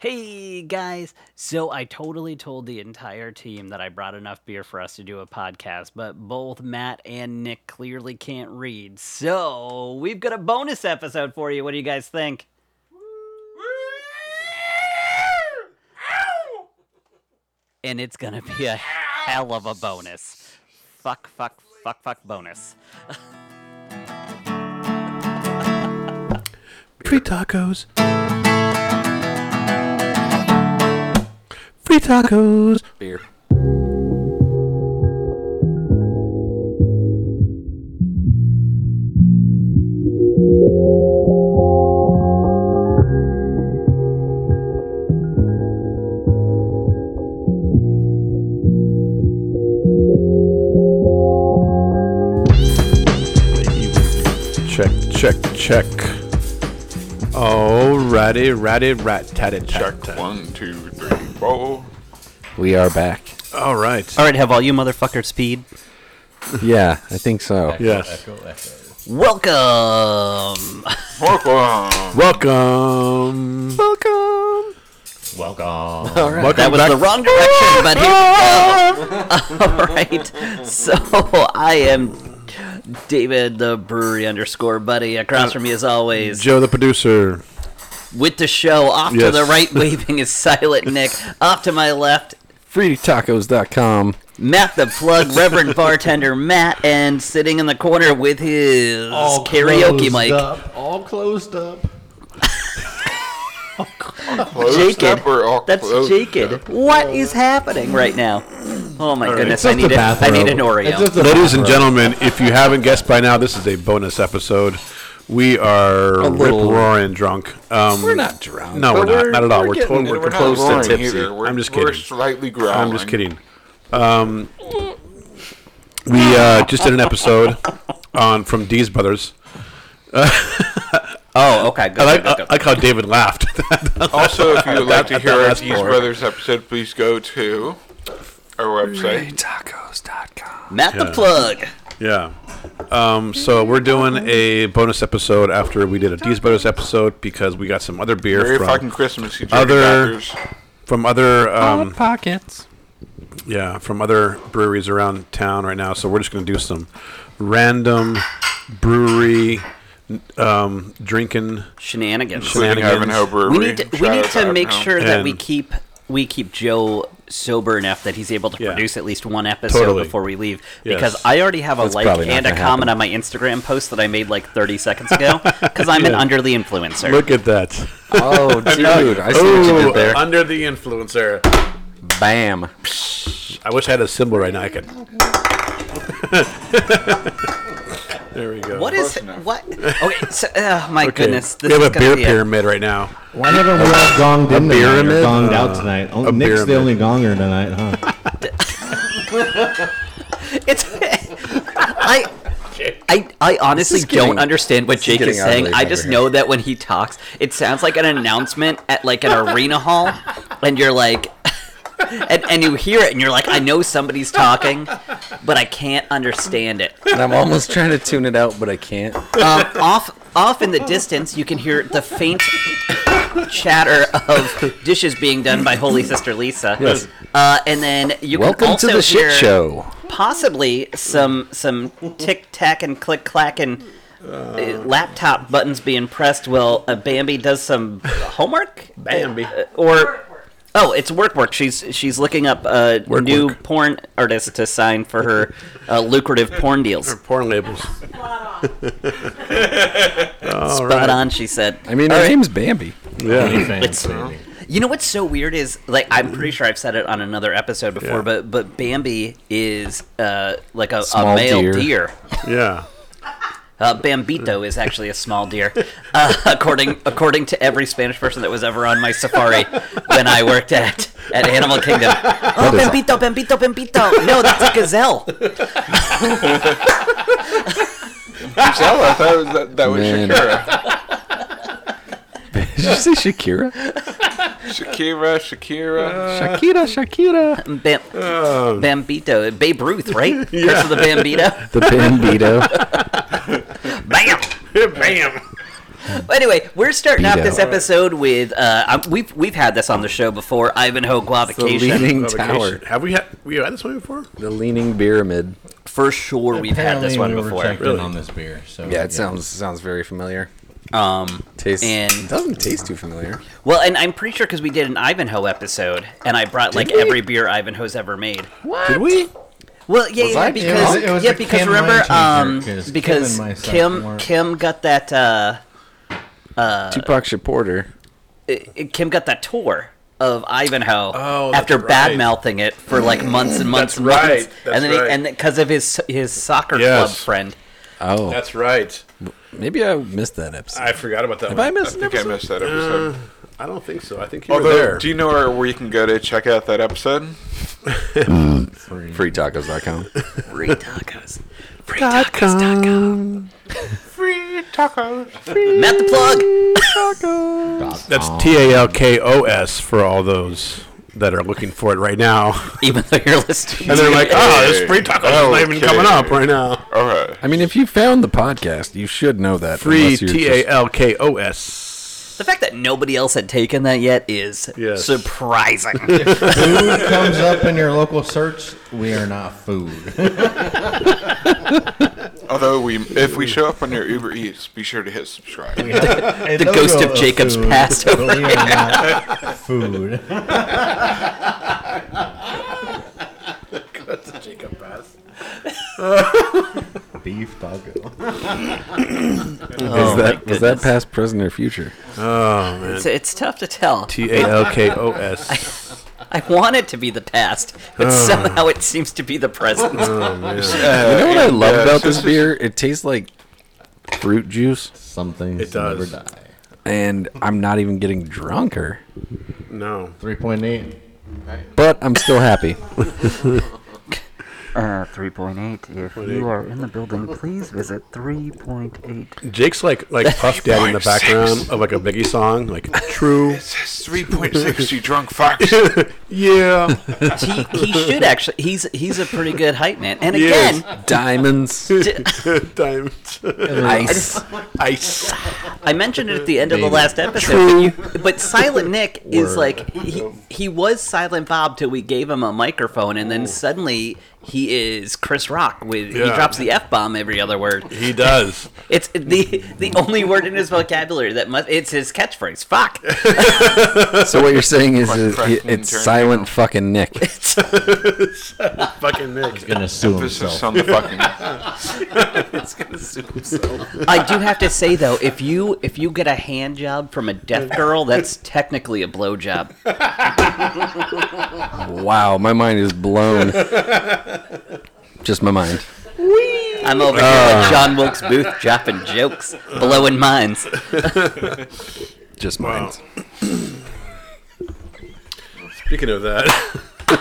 Hey guys! So I totally told the entire team that I brought enough beer for us to do a podcast, but both Matt and Nick clearly can't read. So we've got a bonus episode for you. What do you guys think? And it's gonna be a hell of a bonus. Fuck, fuck, fuck, fuck bonus. Free tacos. Free tacos. Beer. Check, check, check. Oh, ratty, ratty, rat, tatty, tat, tat. One, two, three, four. We are back. All right. Alright, have all you motherfuckers speed. Yeah, I think so. Yes. Welcome! Welcome. Welcome. Welcome. Welcome. All right. Welcome That was back. the wrong direction, but here we go. All right. So I am David the brewery underscore buddy. Across from me, as always, Joe, the producer. with the show off to Yes. the right, waving is silent Nick. Off to my left, FreeTacos.com. Matt the plug, Reverend bartender Matt, and sitting in the corner with his karaoke closed mic, Up, all closed up. Closed Jacob. up or all That's closed up? Jacob. What is happening right now? Oh my goodness! I It's need just a, a I need an bathrobe. Oreo. It's just a- Ladies and gentlemen, if you haven't guessed by now, this is a bonus episode. We are rip little- roaring drunk. Um, We're not drunk. No, we're, but not. Not at all. We're, getting totally there. we're We're not close to roaring tipsy. either. We're, I'm just We're kidding. slightly growling. I'm just kidding. Um, we uh, just did an episode on from D's Brothers. oh, okay. Good, I good, like, good, I good. like how David laughed. Also, if you would like to That- hear that our last D's part. Brothers episode, please go to our website. FreeTacos.com. Matt the Yeah. plug. yeah. Um, so we're doing a bonus episode after we did a D's Brothers episode because we got some other beer Merry from fucking Christmas, you other- other... from other Oh, um, pockets. yeah from other breweries around town right now. So we're just gonna do some random brewery um, drinking. Shenanigans. including Ivanhoe shenanigans. Brewery. We need to, we Shout need out to make Ivanhoe. sure that we And- keep we keep Joe sober enough that he's able to Yeah. produce at least one episode Totally. before we leave Yes. because I already have a That's like probably not and a gonna comment on my Instagram post that I made like 30 seconds ago because I'm an Yeah. under the influencer. Look at that. Oh, dude. I see what you Oh, did there. under the influencer. Bam. I wish I had a symbol right now. I could. there we go. what is Close enough. what? Okay, so, oh my Okay. goodness, this we have is a gonna beer be pyramid right now. Why haven't we all gonged in tonight or pyramid? gonged Uh, out tonight? Oh, a Nick's pyramid. the only gonger tonight, huh? It's I. I, I honestly is getting- don't understand what this is Jake is getting saying. ugly I over just here. know that when he talks, it sounds like an announcement at like an arena hall, and you're like, and, and you hear it, and you're like, I know somebody's talking, but I can't understand it. And I'm almost trying to tune it out, but I can't. Um, off off in the distance, you can hear the faint chatter of dishes being done by Holy Sister Lisa. Yes. Uh, and then you can Welcome also to the hear shit show. possibly some some tick tack and click clack and uh, laptop buttons being pressed while uh, Bambi does some homework. Bambi. Uh, or oh, it's work work. She's she's looking up a Work new work. porn artist to sign for her uh, lucrative porn deals. Porn labels. All Spot right. on, she said. I mean, her name's Bambi. Yeah. It's- You know what's so weird is like I'm pretty sure I've said it on another episode before, Yeah. but but Bambi is uh, like a, a Small male deer. deer. Yeah. Uh, Bambito is actually a small deer, uh, according according to every Spanish person that was ever on my safari when I worked at at Animal Kingdom. Oh, is- Bambito, Bambito, Bambito. No, that's a gazelle. Giselle, I thought it was- that, that was Man. Shakira. Did you say Shakira? Shakira, Shakira. Uh, Shakira, Shakira. Bam- Bambito, Babe Ruth, right? Curse of the Bambito. The Bambito. Bam. Bam. Well, anyway, we're starting Beat off this out. episode with uh, um, we've we've had this on the show before. Ivanhoe The Guavacation. leaning tower. Vacation. Have we had we had this one before? The leaning pyramid. For sure, we've had this Apparently one we Were before. checked in Really? on this beer. So Yeah, it sounds sounds very familiar. Um, Tastes And- it doesn't taste too familiar. well, and I'm pretty sure because we did an Ivanhoe episode, and I brought like we? every beer Ivanhoe's ever made. Did we? Well, yeah, yeah, I because drunk? It was yeah, a because Kim remember, Lane um, changer, 'cause Kim because and myself Kim weren't- Kim got that uh, Tupac Shaporter. it- it- Kim got that tour of Ivanhoe Oh, that's after right. bad mouthing it for like months and months That's and months, right, that's and then he- right. and because of his his soccer club Yes. friend. Oh, That's right. maybe I missed that episode. I forgot about that. Have one. I I, missed I an think I episode? missed that episode. don't think so. I think you were Although, Uh, there. do you know where, where you can go to check out that episode? Freetacos.com. Free tacos. Free Free taco. Matt the plug. That's T A L K O S for all those that are looking for it right now. Even though you're listening, And they're like, oh, this free tacos is not even Okay. coming up right now. All right. I mean, if you found the podcast, you should know that. Free unless you're T A just- L K O S. the fact that nobody else had taken that yet is Yes. surprising. food comes up in your local search. We are not food. Although we, if we show up on your Uber Eats, be sure to hit subscribe. the ghost of Jacob's past over We are not food. Beef taco. Is that, was that past, present, or future? Oh, man. it's, it's tough to tell. T A L K O S. I want it to be the past, but somehow it seems to be the present. you know what I love Uh, yeah, about so this it's just- beer? It tastes like fruit juice, Some things It does. never die. and I'm not even getting drunker, No. 3.8. but I'm still happy. Uh, 3.8. If you are in the building, please visit 3.8. Jake's like like Puff Daddy in the background of like a Biggie song, like true. Says 3.6, you drunk fox. yeah. he, he should actually. He's he's a pretty good hype man. And Yes. again, Diamonds, Diamonds. ice. Ice. I mentioned it at the end of the last episode, True. but, you, but Silent Nick is like he, he was Silent Bob till we gave him a microphone, and then suddenly he is Chris Rock with he Yeah. drops the f bomb every other word. He does. It's the the only word in his vocabulary that must. It's his catchphrase. Fuck. So what you're saying is, Fucking it- crack and it's turn silent fucking Nick. Fucking Nick. Gonna sue This himself. is on the fucking. I do have to say though, if you if you get a hand job from a deaf girl, that's technically a blow job. Wow, my mind is blown. Just my mind. I'm over here Ah. like John Wilkes Booth dropping jokes, blowing minds. Just mine. Speaking of that, Ouch.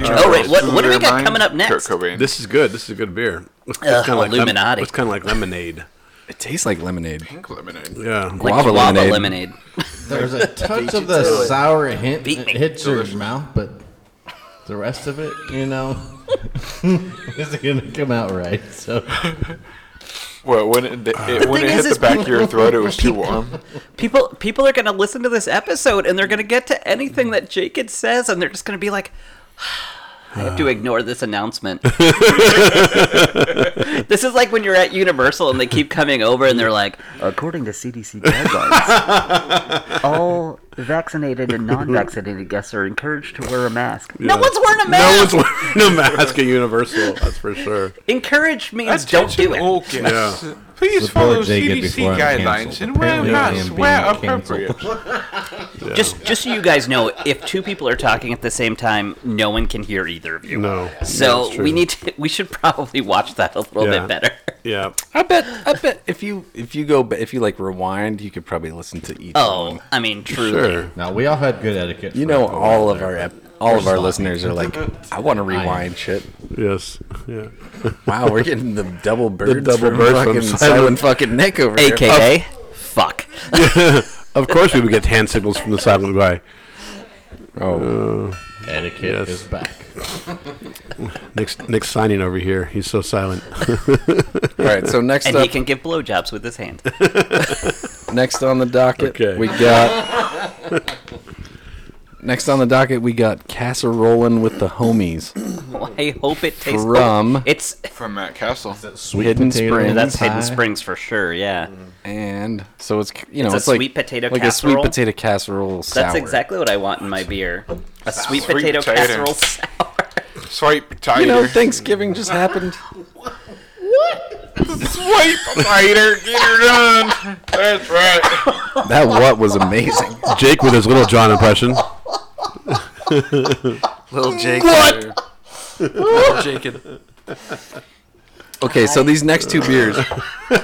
oh, wait, what, what do we Their got mind, coming up next? Kurt Cobain. this is good. This is a good beer. It's Ugh, kinda like lem- Illuminati. it's kind of like lemonade. It tastes like lemonade. pink lemonade. Yeah. Like Guava guava lemonade. lemonade. There's a touch of the sour hint Beat that me. hits your mouth, but the rest of it, you know, isn't gonna come out right. So Well, when it, it, when thing it is, hit is the back of people- your throat, it was too warm. People, people are gonna listen to this episode and they're gonna get to anything that Jacob says, and they're just gonna be like, "I have to ignore this announcement." this is like when you're at Universal and they keep coming over and they're like, According to CDC guidelines, all vaccinated and non vaccinated guests are encouraged to wear a mask. "No one's wearing a No mask." one's wearing a mask at Universal. That's for sure. Encourage means don't do it. All guests. Please Support follow Jacob CDC before I'm guidelines canceled. and wear Apparently I am masks being where canceled. appropriate. Just, just so you guys know, if two people are talking at the same time, no one can hear either of you. No. So That's true. we need to. We should probably watch that a little Yeah. bit better. Yeah. I bet. I bet if you if you go ba- if you like rewind, you could probably listen to each. Oh, one. I mean, truly. Sure. now we all had good etiquette. you for know, a little all while of there. our ep- all of our sloppy. listeners are like, I want to rewind shit. Yes. Yeah. Wow, we're getting the double birds, the double double from bird from fucking Silent- silent fucking Nick over here. AKA, Oh, fuck. Of course, we would get hand signals from the silent guy. Oh, Etiquette Yes. is back. Nick's, Nick's signing over here. He's so silent. all right. So next And up, he can give blowjobs with his hand. next on the docket, Okay. we got. next on the docket, we got casserolin with the homies Well, I hope it tastes. from It's from Matt Castle. Sweet Hidden potato Springs. that's Hidden pie. Springs for sure. Yeah, and so it's you know It's a it's, like sweet potato like a casserole? sweet potato casserole. Sour. that's exactly what I want in my beer. A sweet, Sweet potato, potato. casserole sour. Swipe tighter. You know, Thanksgiving just happened. Swipe tighter. Get her done. That's right. That what was amazing. Jake with his little John impression. Little Jake. What? Little Jacob. Okay, so these next two beers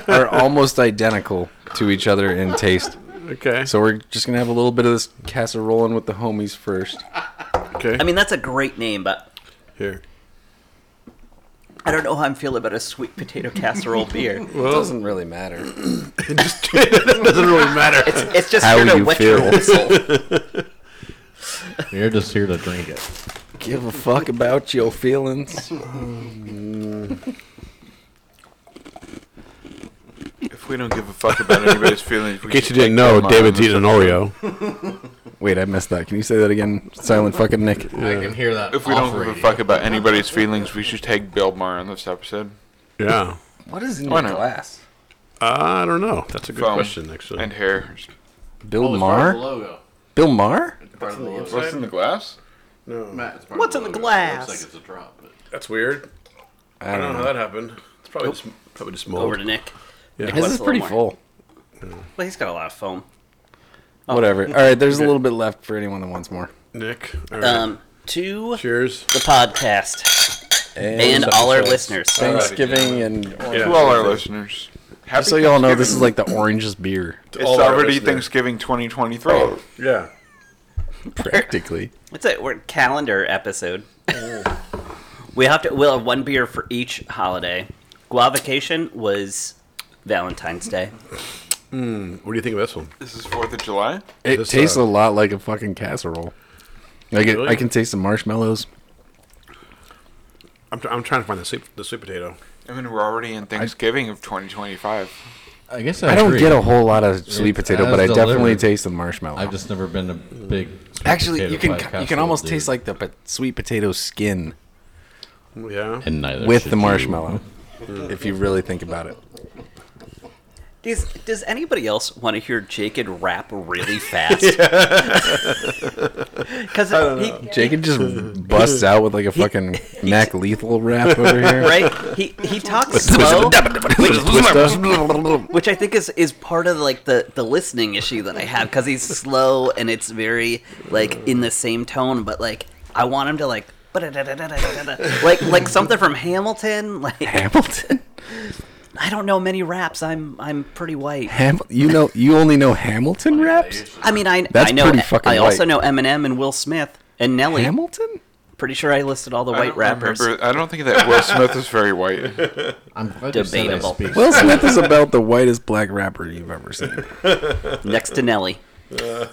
are almost identical to each other in taste. Okay. So we're just gonna have a little bit of this casserolin with the homies first. okay. I mean, that's a great name, but here. I don't know how I'm feeling about a sweet potato casserole beer. Well, doesn't really matter. It just it doesn't really matter. It's just How here to you wet feel. your whistle. You're just here to drink it. Give a fuck about your feelings. If we don't give a fuck about anybody's feelings, we In case should you didn't take know, them on David's this- eating an Oreo. Wait, I missed that. Can you say that again? Silent fucking Nick. I can hear that. If we off don't give a radio. fuck about anybody's feelings, we should take Bill Maher on this episode. Yeah. What is in Why your not? glass? I don't know. That's a good Phone question, actually. And hairs. Bill Oh, it's part of Maher? the logo. Bill Maher? Part of the logo. What's in the glass? Matt, it's part of What's in the logo. glass? Looks like it's a drop. But That's weird. I don't know. that happened. It's probably just, probably just mold. Over to Nick. Yeah. Nick This wants is a little pretty more. full. Well, he's got a lot of foam. Whatever. All right, there's a little bit left for anyone that wants more. Nick. All right. Um, to Cheers. the podcast and all our listeners. Thanksgiving and To all our listeners. Happy so y'all know this Thanksgiving. is like the orangest beer, It's all our already listeners. Thanksgiving 2023. Oh. Yeah. practically. It's a we're calendar episode. we have to. We'll have one beer for each holiday. Guavacation was Valentine's Day. What do you think of this one? This is 4th of July. It This, tastes uh, a lot like a fucking casserole. Like it, Really? I can taste the marshmallows. I'm, tr- I'm trying to find the sweet, the sweet potato. I mean, we're already in Thanksgiving of 2025. I guess I don't agree. get a whole lot of sweet It's potato, as but I definitely delivered. taste the marshmallow. I've just never been a big. sweet Actually, potato you can pie you can casserole almost dude. taste like the po- sweet potato skin Yeah. and neither with should the you. marshmallow. if you really think about it, Does Does anybody else want to hear Jacob rap really fast? Because he. Jacob just busts out with like a fucking Mac Lethal rap over here. Right, he he talks slow, which I think is, is part of like the, the listening issue that I have because he's slow and it's very like in the same tone, but like I want him to like like like something from Hamilton. Like Hamilton. I don't know many raps. I'm I'm pretty white. Ham- you know, you only know Hamilton raps. I mean, I That's I know pretty fucking I also white. know Eminem and Will Smith and Nelly. Hamilton? pretty sure I listed all the I white don't rappers. remember- I don't think that Will Smith is very white. I'm glad you said I Debatable. speak Will Smith is about the whitest black rapper you've ever seen. Next to Nelly,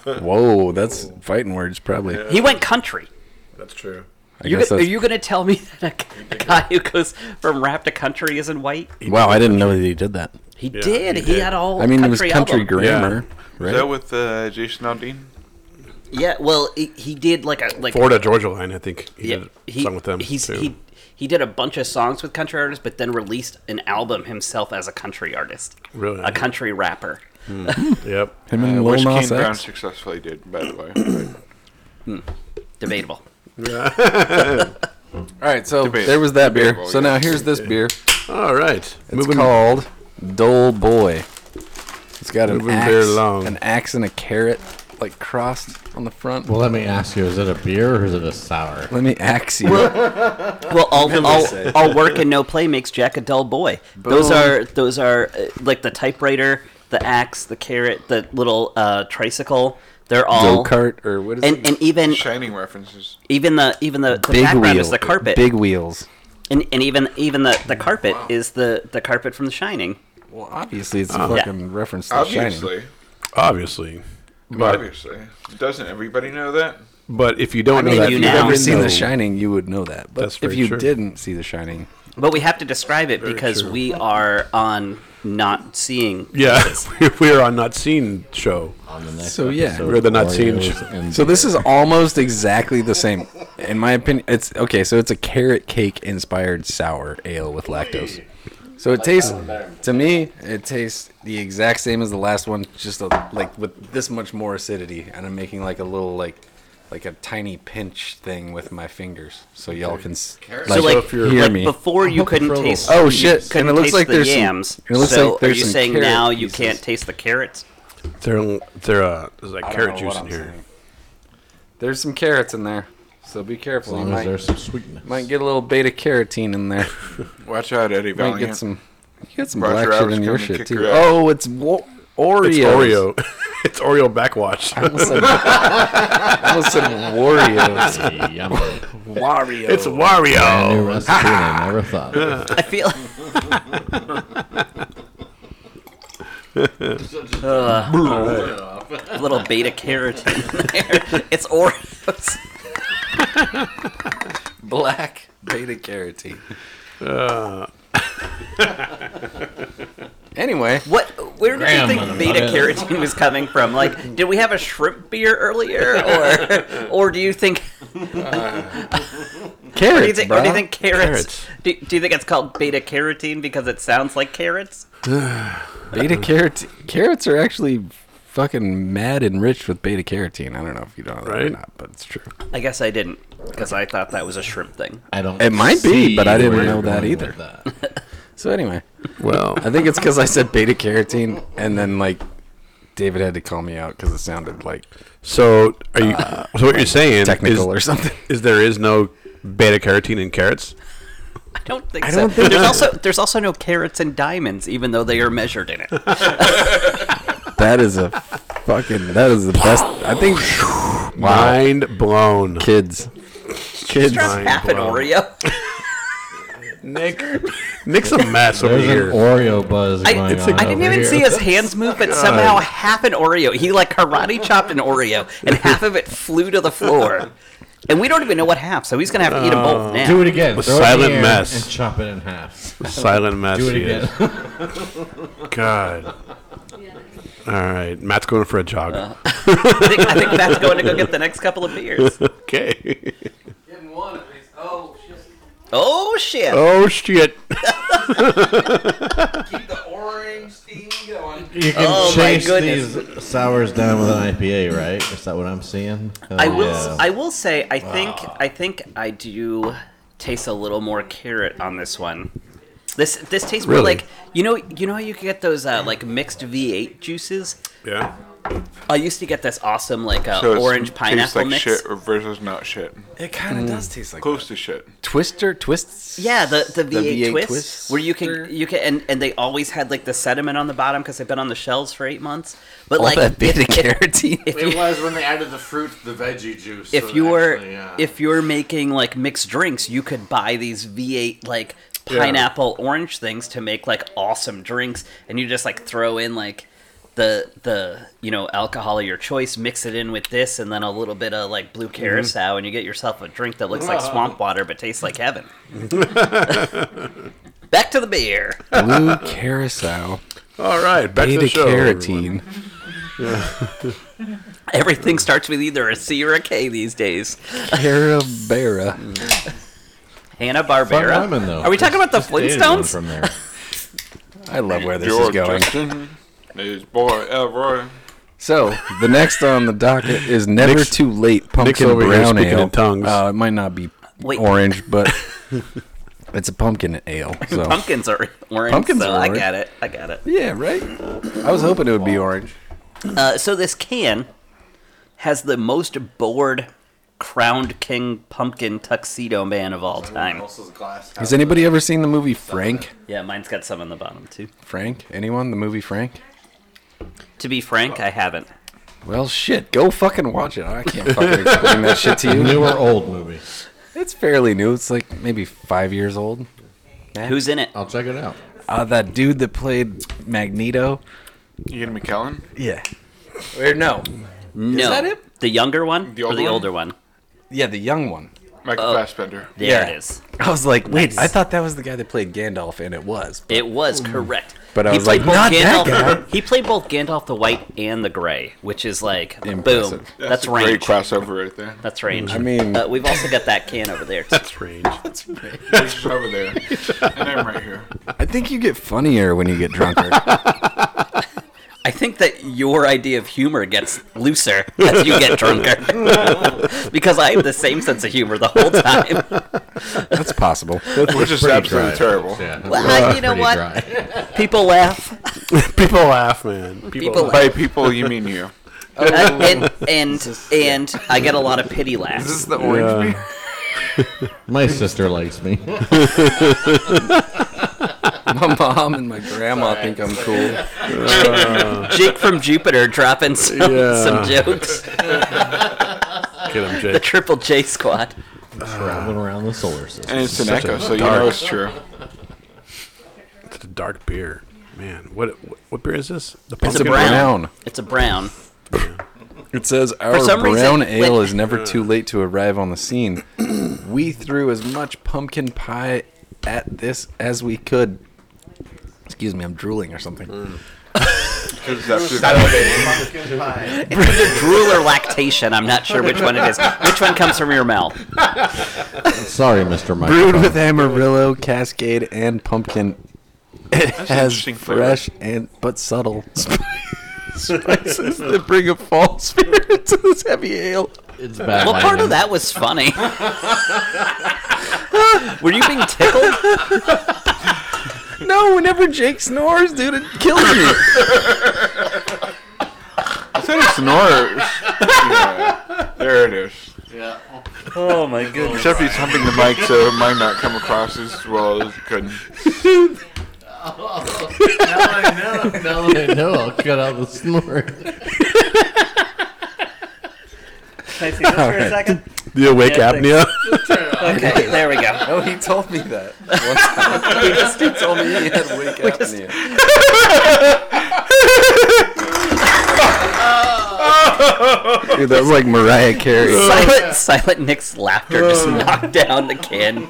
Whoa, that's fighting words, probably. he went country. That's true. I You guess gonna, are that's- you gonna tell me that a, a guy who goes from rap to country isn't white? wow, I didn't know that he did that. He did. he He, did. had all. I mean, it was country country album. grammar, Is right? that with uh, Jason Aldean? Yeah, well, he, he did like a like Florida Georgia Line, I think he yeah, did a song with them. He's too. he he did a bunch of songs with country artists, but then released an album himself as a country artist, Really? a country rapper. Yep. Him and Lil Which uh, Kane Nas Brown X. successfully did, by the way. Debatable. All right, so Debatable. there was that beer. Debatable, So yeah. now here's this beer. All right. It's called Dole Boy. It's got an Moving axe, very long. an axe and a carrot, like crossed on the front. Well, let me ask you: Is it a beer or is it a sour? Let me axe you. Well, all, say. all, all work and no play makes Jack a dull boy. Those Boom. are those are uh, like the typewriter, the axe, the carrot, the little uh, tricycle. They're all Go-kart, or what is and it? and even Shining references. even the even the, the Big background wheels. is the carpet. Big wheels. And, and even even the, the carpet is the, the carpet from The Shining. Well, obviously, it's Uh-huh. a fucking reference to The Shining. Obviously. obviously. But Obviously. Doesn't everybody know that? But if you don't know mean, that, you if now you've ever seen know- The Shining, you would know that. But That's if very you true. didn't see The Shining, But we have to describe it because true. we are on not seeing. Yeah, we are on not seen show. On the next So, yeah. episode, We're the not seen Oreos ch- and- so this is almost exactly the same, in my opinion. It's okay. So it's a carrot cake inspired sour ale with lactose. So it tastes, to me, it tastes the exact same as the last one, just a, like with this much more acidity, and I'm making like a little like, like a tiny pinch thing with my fingers, so y'all can s- So like, if you're- hear like me. before you couldn't taste. Oh, you shit. couldn't And it looks taste like the there's some- yams. it looks so like are there's you some saying carrot now you pieces. can't taste the carrots? There, there, uh, there's like I don't carrot know juice what in I'm here. saying. There's some carrots in there, so be As careful. You long as might, there's some sweetness. might get a little beta carotene in there. Watch out, Eddie might Valiant. get some. You got some Roger black shit Rabbit's in your coming to shit kick too. your ass. Oh, it's wo- Oreo. It's Oreo. it's Oreo backwatch. I almost said Wario. Yummy. Wario. it's Brand new Wario. recipe and I never thought. of. I feel. Ugh. Oh. a little beta carotene in there. It's Oreos. black beta carotene. Uh. anyway, What? Where did you think Grandmother. beta carotene was coming from? Like, did we have a shrimp beer earlier, or or do you think carrots. do you think, or do you think carrots? Carrots. Do, do you think it's called beta carotene because it sounds like carrots? beta carotene? Carrots are actually fucking mad enriched with beta carotene. I don't know if you know that or Right? not, but it's true. I guess I didn't because I thought that was a shrimp thing. I don't. It might be, see but I didn't where know you're that going either. with that. So anyway, Well, I think it's because I said beta carotene, and then like David had to call me out because it sounded like so are you? so what you're saying technical is, or something. is there is no beta carotene in carrots? I don't think I so. don't think there's so. also there's also no carrots and diamonds, even though they are measured in it. That is a fucking. That is the best. I think. Wow, Mind blown. kids. Kids. Mind Half an blown. Oreo. Nick, Nick's a mess over There's here. an Oreo buzz I, going on. I didn't over even here. see his hands move, but somehow half an Oreo. He like karate chopped an Oreo, and half of it flew to the floor. And we don't even know what half, so he's gonna have to eat them both now. Do it again. Throw it in silent the air mess. and chop it in half. Silent mess. Do it he again. is. God. All right, Matt's going for a jog. I think, I think Matt's going to go get the next couple of beers. Okay. Oh shit! Oh shit. You can Oh, my chase goodness. these sours down with an IPA, right? Is that what I'm seeing? Oh, I will. yeah. I will say. I think. I think I do taste a little more carrot on this one. This this tastes more Really? like you know you know how you can get those uh, like mixed V8 juices. Yeah. I used to get this awesome like uh, So it's- orange tastes pineapple like mix. shit versus not shit. It kind of does taste like Close to shit. Twister twists. Yeah, the the V8, V8 twist, twists where you or- can you can and, and they always had like the sediment on the bottom because they've been on the shelves for eight months. But All like that beta if, if, carotene. if It you, was when they added the fruit, the veggie juice. if so you were actually, yeah. if you're making like mixed drinks, you could buy these V8 like pineapple orange things to make like awesome drinks, and you just like throw in like the the you know alcohol of your choice, mix it in with this, and then a little bit of like blue Mm-hmm. curacao, and you get yourself a drink that looks like swamp water but tastes like heaven. Back to the beer. Blue carousel. All right, back to Beta the show. carotene. Everything starts with either a C or a K these days. Carabera. Hanna Fun Barbera. lemon, though. Are we talking about the Just dated one Flintstones? From there. I love where this Your is going. Justin is boy uh, Elroy. So the next on the docket is never Nick's- too late Nick's pumpkin over here brown speaking ale. in tongues. Uh, it might not be Wait. orange, but it's a pumpkin ale. So Pumpkins are orange. Pumpkins so are I orange. got it. I got it. yeah, right. I was hoping it would be orange. Uh, so this can has the most bored crowned king pumpkin tuxedo man of all time. Elsa's glass Has anybody ever seen the movie Frank? Yeah, mine's got some on the bottom too. Frank? Anyone? The movie Frank? To be frank, I haven't. Well, shit. Go fucking watch it. I can't fucking explain that shit to you. New or old movie? It's fairly new. It's like maybe five years old. Who's in it? I'll check it out. Uh, that dude that played Magneto. Ian McKellen. Yeah. Or no. no. that it? The younger one The or older the one? older one? Yeah, the young one. Michael Uh, Fassbender. There Yeah. it is. I was like, wait, Nice. I thought that was the guy that played Gandalf, and it was. It was correct. But I was played like, "Not that Gandalf, He played both Gandalf the White and the Gray, which is like, Impressive. boom. That's, a range. great crossover right there. That's range. I mean- uh, we've also got that can over there. Too. That's range. It's over there, and I'm right here. I think you get funnier when you get drunker. I think that your idea of humor gets looser as you get drunker, because I have the same sense of humor the whole time. That's possible. Which is pretty absolutely dry. terrible. Yeah. Well, you know uh, pretty what? dry. People laugh. People laugh, man. People, People laugh. By people, you mean you. Uh, and and, and I get a lot of pity laughs. the orange Yeah. My sister likes me. my mom and my grandma think I'm cool. Jake from Jupiter dropping some, Yeah. some jokes. Get 'em, The Jake. Triple J Squad. Traveling around the solar system. And it's an Such a echo, so you know it's true. It's a dark beer. Man, what what, what beer is this? It's The a pumpkin brown. brown. It's a brown. It says our some brown reason- ale wait. is never too late to arrive on the scene. we threw as much pumpkin pie at this as we could. Excuse me, I'm drooling or something. Mm. It's absolutely- Either drool or lactation. I'm not sure which one it is. Which one comes from your mouth? Sorry, Mr. Mike. Oh, Brewed with Amarillo, Cascade, and pumpkin. It has interesting flavor. fresh and but subtle sp- spices that bring a fall spirit to this heavy ale. It's bad. Well, part of lighting. that was funny. Were you being tickled? No, whenever Jake snores, dude, it kills me. I said it snores. Yeah. There it is. Oh my goodness. Except he's humping the mic, so it might not come across as well as it could. I know. Now that I know, I'll cut out the snore. for a second? The awake Yeah, apnea. Okay, there we go. No, Oh, he told me that. One time. he, just, he told me he had wake apnea. Dude, that was like Mariah Carey. Silent, silent Nick's laughter just knocked down the can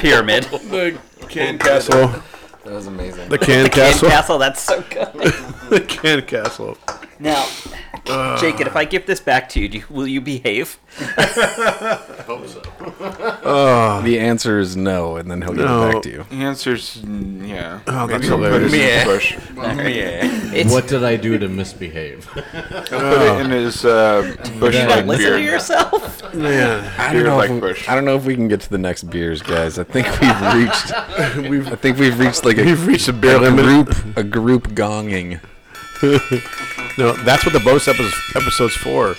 pyramid. castle. That was amazing. The can Can castle. castle, that's so good. The can castle. Now, Jake, if I give this back to you, do you will you behave? The answer is no, and then he'll get No. it back to you. The answer's mm, yeah. Oh, that's Maybe I'll put it in hilarious. his bush. It's, What did I do to misbehave? Put it in his uh, bush Yeah. like listen beard. to yourself. Man, I Beer don't, know like if bush. we, I don't know if we can get to the next beers, guys. I think we've reached. we've, I think we've reached like a, we've reached the beer a limit. group a group gonging. No, that's what the bonus epi- episode's for.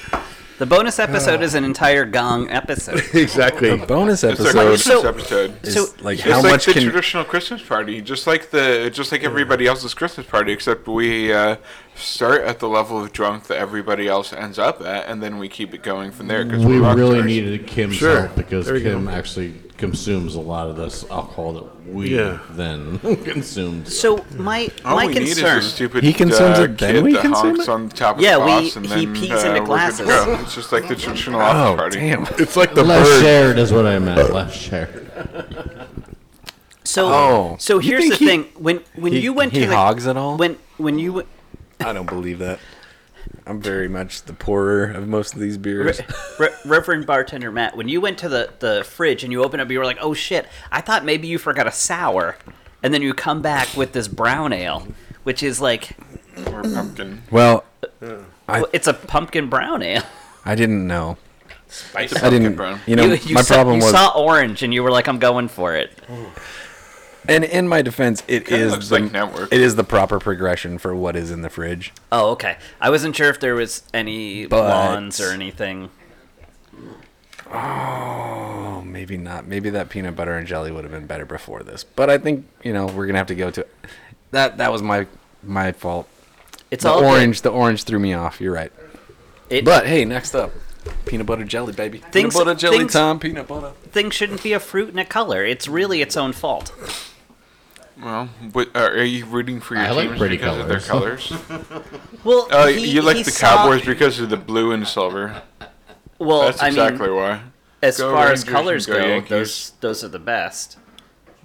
The bonus episode is an entire gong episode. Exactly. Bonus It's like a episode. Christmas So- episode. is so- like It's how like much the can traditional Christmas party, just like the just like everybody else's Christmas party, except we uh, start at the level of drunk that everybody else ends up at, and then we keep it going from there. Cause We we're rock really stars. needed Kim's Sure. help because There you Kim go. actually consumes a lot of this alcohol that we Yeah. then consumed. So my All my we need concern. is a stupid He consumes uh, it, then kid we that consume honks it? on top of Yeah, the we- boss, and he then pees uh, into we're good to glasses. go. It's just like the traditional Oh office party. damn! It's like the Less bird. shared is what I meant. Less shared. So Oh. so You here's think the he- thing. When when he- you went he to the, hogs it all? When when you w- I don't believe that. I'm very much the poorer of most of these beers. Re- Re- Reverend bartender Matt, when you went to the, the fridge and you opened up, you were like, "Oh shit! I thought maybe you forgot a sour," and then you come back with this brown ale, which is like Or pumpkin. Well, well, it's a pumpkin brown ale. I didn't know. It's a I pumpkin didn't. brown. You know, you you my saw, problem you was, saw orange and you were like, "I'm going for it." and in my defense, it Kinda is looks the, like network. it is the proper progression for what is in the fridge. Oh, okay. I wasn't sure if there was any But- blondes or anything. Oh, maybe not. Maybe that peanut butter and jelly would have been better before this. But I think you know we're gonna have to go to. That that was my my fault. It's the all good. orange, the orange threw me off. You're right. It- But hey, next up, peanut butter jelly, baby. Things- peanut butter jelly things- time. Peanut butter. Thing shouldn't be a fruit and a color. It's really its own fault. Well, what, uh, are are you rooting for your I like teams pretty because of their colors? Well, Oh, he- you like he the saw- Cowboys because of the blue and silver. Well, That's I mean, exactly why. as Go far Rangers as and colors go go, Yankees. those those are the best.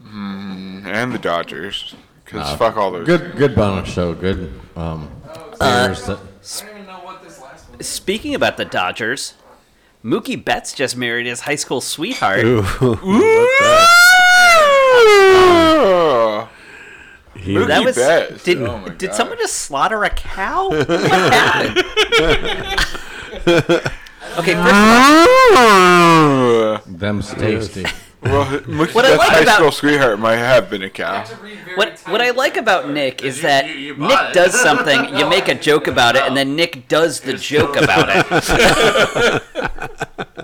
And the Dodgers. Because fuck all those. Good, good bonus show. Good. Um, players that- Speaking about the Dodgers, Mookie Betts just married his high school sweetheart. Ooh. Oh. He- Mookie that was Betts. did Oh my did God. someone just slaughter a cow? What happened? okay, first of all, them's tasty. Well, Mookie What I Betts' like high about- school sweetheart might have been a cow. What what I like about Nick is You- that you- you Nick bought it. does something, you make a joke about it, and then Nick does the joke about it.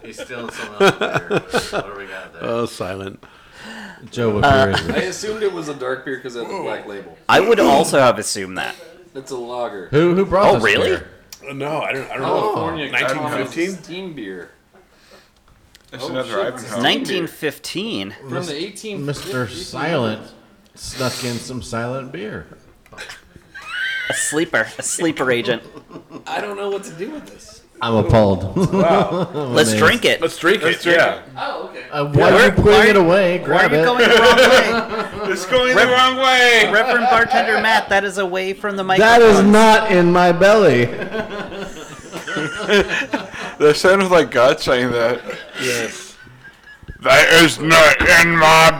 He's still someone else there. What do we got there? Oh, silent. Uh, Joe, what beer is I it? assumed it was a dark beer because it had the black label. I would also have assumed that. It's a lager. Who who brought Oh, this really? beer? Uh, No, I don't. I don't Oh, California. 1915? Steam beer That's Oh, another shit. Ivanhoe. 1915. from the 18. Mr. Silent snuck in some silent beer. A sleeper, a sleeper agent. I don't know what to do with this. I'm appalled. Oh, Let's drink it. Let's drink it. yeah. Oh, okay. Uh, why are you putting it away? Why are Grab you it. going the wrong way? It's going the wrong way. Reverend bartender Matt, that is away from the microphone. That is not in my belly. That sounded like God saying that. Yes. That is not in my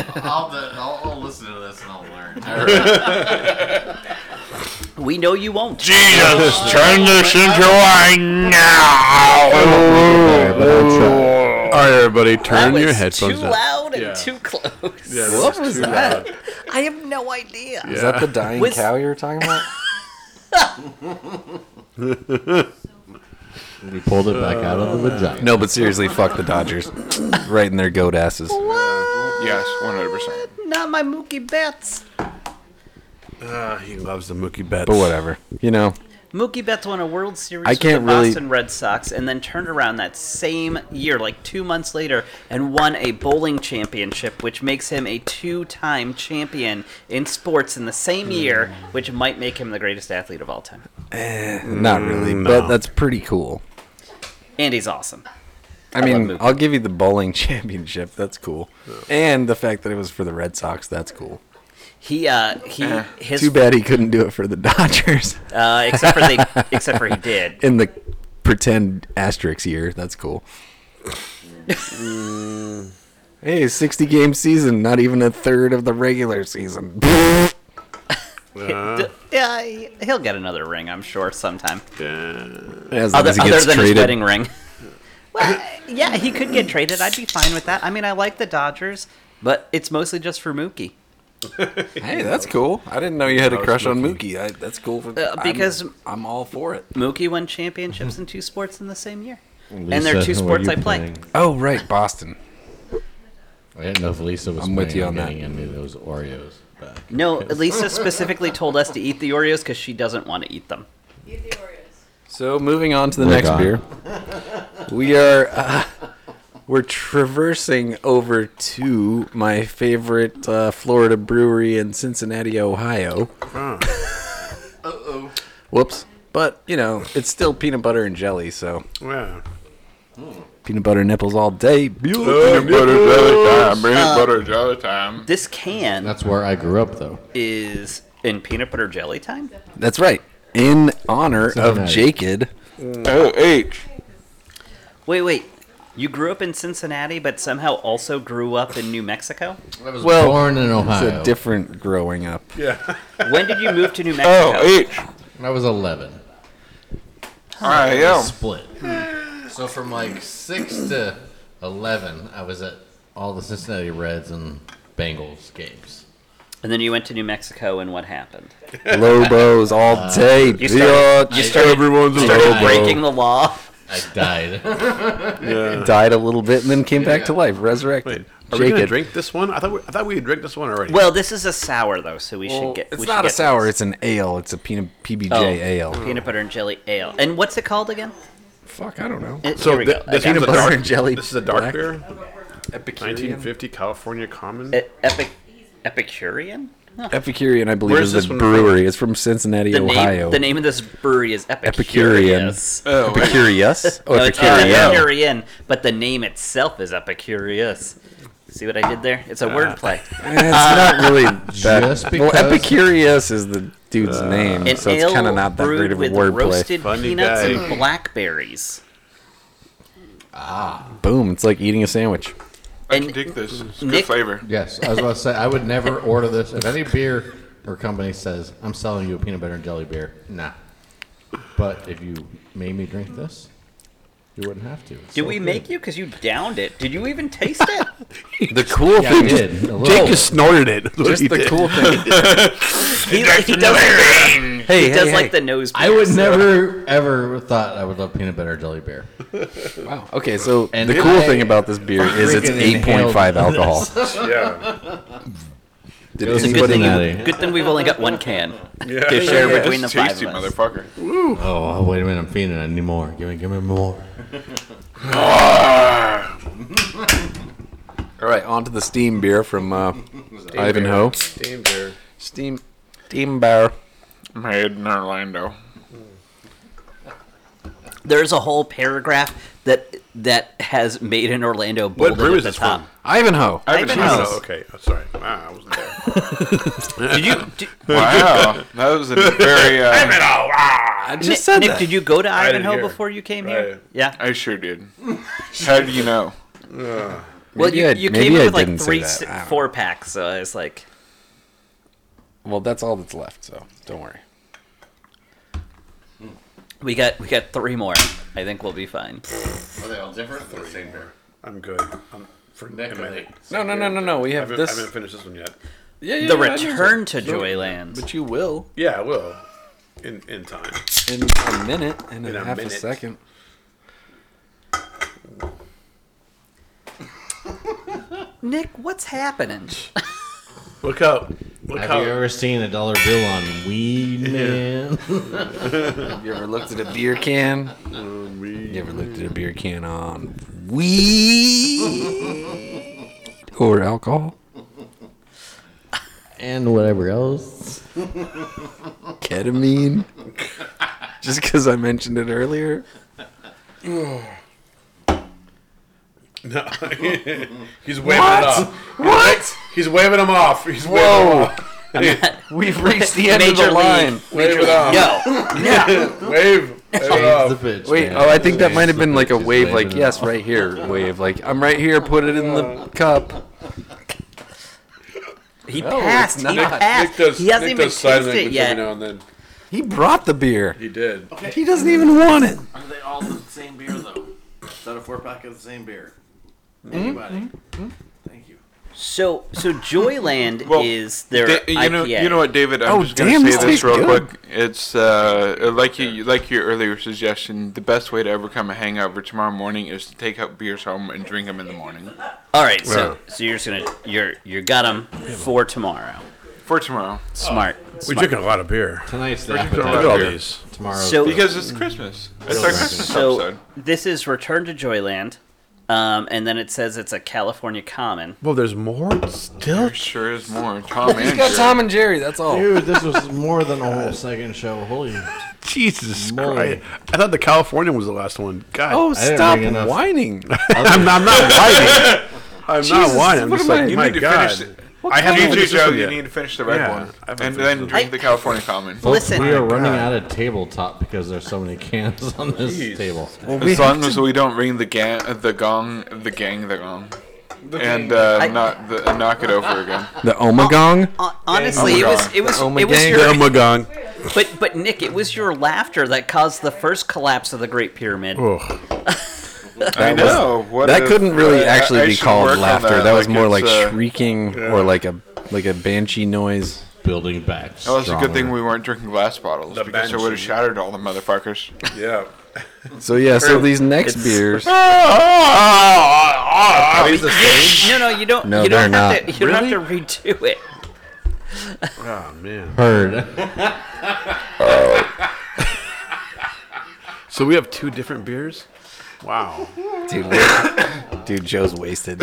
belly. I'll, bet- I'll, I'll listen to this and I'll learn. We know you won't. Jesus, turn this into wine now. All right, everybody, turn that your was headphones too down. loud and Yeah. too close. what was that? I have no idea. Yeah. Is that the dying With- cow you were talking about? We pulled it back out of the vagina. no, but seriously, fuck the Dodgers. right in their goat asses. Yes, 100%. Ah, Not my Mookie Betts. Ah, he loves the Mookie Betts. But whatever. You know, Mookie Betts won a World Series I can't with the really- Boston Red Sox and then turned around that same year, like two months later, and won a bowling championship, which makes him a two time champion in sports in the same year, which might make him the greatest athlete of all time. not really, but that's pretty cool. And he's awesome. I mean, I'll give you the bowling championship. That's cool. And the fact that it was for the Red Sox. That's cool. He uh he Eh, his Too bad he couldn't do it for the Dodgers uh except for they except for he did. in the pretend asterisk year. That's cool. Mm. hey, 60 game season, not even a third of the regular season. Uh-huh. D- Yeah, he- he'll get another ring, I'm sure, sometime. As long Other, as he other gets than his traded. wedding ring. well, yeah, he could get traded. I'd be fine with that. I mean, I like the Dodgers, but it's mostly just for Mookie. Hey, that's cool. I didn't know you had a was crush on Mookie. Mookie. I, that's cool. For, Uh, because- I'm, I'm all for it. Mookie won championships in two sports in the same year. and they're two sports I play. Oh, right, Boston. I didn't know if Lisa was I'm with planning you on on that. getting any of those Oreos back. No, Lisa specifically told us to eat the Oreos because she doesn't want to eat them. Eat the Oreos. So moving on to the We're next gone. beer, we are uh, we're traversing over to my favorite uh, Florida brewery in Cincinnati, Ohio. Whoops! But you know, it's still peanut butter and jelly, so Yeah. peanut butter nipples all day. Peanut butter jelly time. Peanut butter jelly time. This can That's where I grew up, though. is in peanut butter jelly time. That's right. In honor of Cincinnati. Jacob. Oh, H. Wait, wait. You grew up in Cincinnati, but somehow also grew up in New Mexico? I was Well, born in It's Ohio. a different growing up. When did you move to New Oh, Mexico? H. I was 11. I am. Split. So from like 6 to 11, I was at all the Cincinnati Reds and Bengals games. And then you went to New Mexico, and what happened? Lobos all day. Uh, You started- bitch. you started- Everyone's a Started lobo. breaking the law. I died. Yeah. Died a little bit and then came back to life, resurrected. Wait, are we gonna Jacob. drink this one? I thought we, I thought we had drank this one already. Well, this is a sour though, so we should get. It's we should not a get sour. It's an ale. It's a peanut PBJ Oh. ale. peanut butter and jelly ale. And what's it called again? Fuck, I don't know. It- so here we thi- go. this I got one's Peanut a it. butter dark and jelly This is a dark black. beer. Epicurean. 1950 California Common. E- Epic, Epicurean. Epicurean, I believe, Where's is this the one from? brewery. It's from Cincinnati, The Ohio. name, the name of this brewery is Epicurean. Epicurious. Oh, wait. Epicurious? Oh, No, it's called Epicurean. Epicurean, but the name itself is Epicurious. See what I did there? It's a wordplay. Eh, It's not Uh, really that. Just well, because- Epicurious is the dude's Uh, name, An so it's ale kind of not that brewed great of a with wordplay. roasted Funny peanuts guy. and blackberries. Boom! It's like eating a sandwich. I can And dig this. It's good Nick- flavor. Yes, I was about to say I would never order this. If any beer or company says I'm selling you a peanut butter and jelly beer, nah. But if you made me drink this, you wouldn't have to. It's Did so we good. make you? Because you downed it. Did you even taste it? The cool Yeah, I thing, did. a little. Jake just snorted it. That's what just he the did. cool thing. he, like- he does, like, Hey, he hey, does hey. like the nose. I would piece. never ever thought I would love peanut butter or jelly beer. Wow. Okay, so And the if cool I thing about this beer is it's freaking inhaled 8.5 alcohol. Yeah. Did It's a Good thing, Cincinnati. you, good thing we've only got one can. yeah. To share Yeah, between the that's five tasty, of us. motherfucker. Oh wait a minute, I'm feeding. I need more. Give me, give me more. Ah! All right, on to the steam beer from uh, Ivanhoe. Damn beer. Steam, steam beer. Made in Orlando. There's a whole paragraph that that has made in Orlando bolded brew at is the this top. from? Ivanhoe. I haven't Ivanhoe. had Oh, okay. Oh, sorry. Ah, I wasn't there. Did you? Did, Wow, that was a very. Uh, I Nick, just said Nick, that. did you go to didn't Ivanhoe hear. before you came Right. here? Yeah. I sure did. How do you know? Well, Maybe you, I- you maybe came I in with like didn't say three, that. si- I don't know. four packs, so I was like, Well, that's all that's left, so don't worry. we got we got three more. I think we'll be fine. Are they all different? Or the same beer? I'm good. I'm for Nick, are they? No, no, no, no, no. We I have haven't, this. I haven't finished this one yet. yeah, yeah, The yeah, I know. return to Joyland. But you will Yeah, I will. In in time. in a minute and In a a half a minute. second. Nick, what's happening? Look out! Look Have out! you ever seen a dollar bill on weed, man? Have you ever looked at a beer can? You ever looked at a beer can on weed or alcohol? and whatever else. Ketamine? Just because I mentioned it earlier? No. He's waving it off. What? He's waving him off. He's waving him Whoa! off. We've reached the end of Major the league. line. Wave it off. Yo, Wave. Wave it Change the off. pitch. Oh, Wait, man. oh, I think that Change might have the been like a pitch, just wave, wave like, it yes, up. right here, wave. Like, I'm right here, put it in the cup. he it's passed. He not. Nick passed. does. he hasn't Nick even does side tasted it language yet. every now and then. He brought the beer. He did. He doesn't even want it. Are they all the same beer though? Is that a four pack of the same beer? Mm-hmm. Anybody? Thank you. So, so Joyland Well, is their Da- you know, IPA. you know what, David? I'm Oh, just gonna damn, this say this tastes real good. quick. It's uh, like you, like your earlier suggestion. The best way to overcome a hangover tomorrow morning is to take out beers home and drink them in the morning. All right, so so you're just gonna you're you got them for tomorrow. For tomorrow, Smart. We're drinking a lot of beer. Tonight's the Look at all appetizer. these. Tomorrow's So- the- because it's Christmas. It's our Christmas So episode. this is Return to Joyland, um, and then it says it's a California common. Well, there's more still. There sure is more. Tom He's and got Jerry. Tom and Jerry, that's all. Dude, this was more than a whole second show. Holy. Jesus Moly. Christ! I thought the California was the last one. God. Oh, didn't stop bring enough. whining. I'm, I'm not whining. I'm Jesus, not whining. I'm what just am I- like, You my need to God. finish it. I haven't You even too, finished Joe. this one You yet. need to finish the red Yeah, one, I haven't and finished then this drink the California Common. Listen, we are running God. out of tabletop because there's so many cans on this table. As long as we don't ring the gang, the gong, the gang, the gong, and uh, not the, and knock it over again. The Omagong? Hon- Honestly, it was it was Oh my it was God. Oh your my God. but but Nick, it was your laughter that caused the first collapse of the Great Pyramid. Ugh. I was- know what That if- couldn't really I- actually I be should called uh, work on laughter. That, was more like it's, uh, shrieking or like a like a banshee noise. Building back. Well, it's a good thing stronger. we weren't drinking glass bottles The because it would have Banshee. shattered all the motherfuckers. Yeah. So yeah, so these next beers. He's the No, same. no, you don't. No, you don't they're have not. to. You don't have to redo it. Oh man. Heard. So we have two different beers. Wow. Dude, wait. dude, Joe's wasted.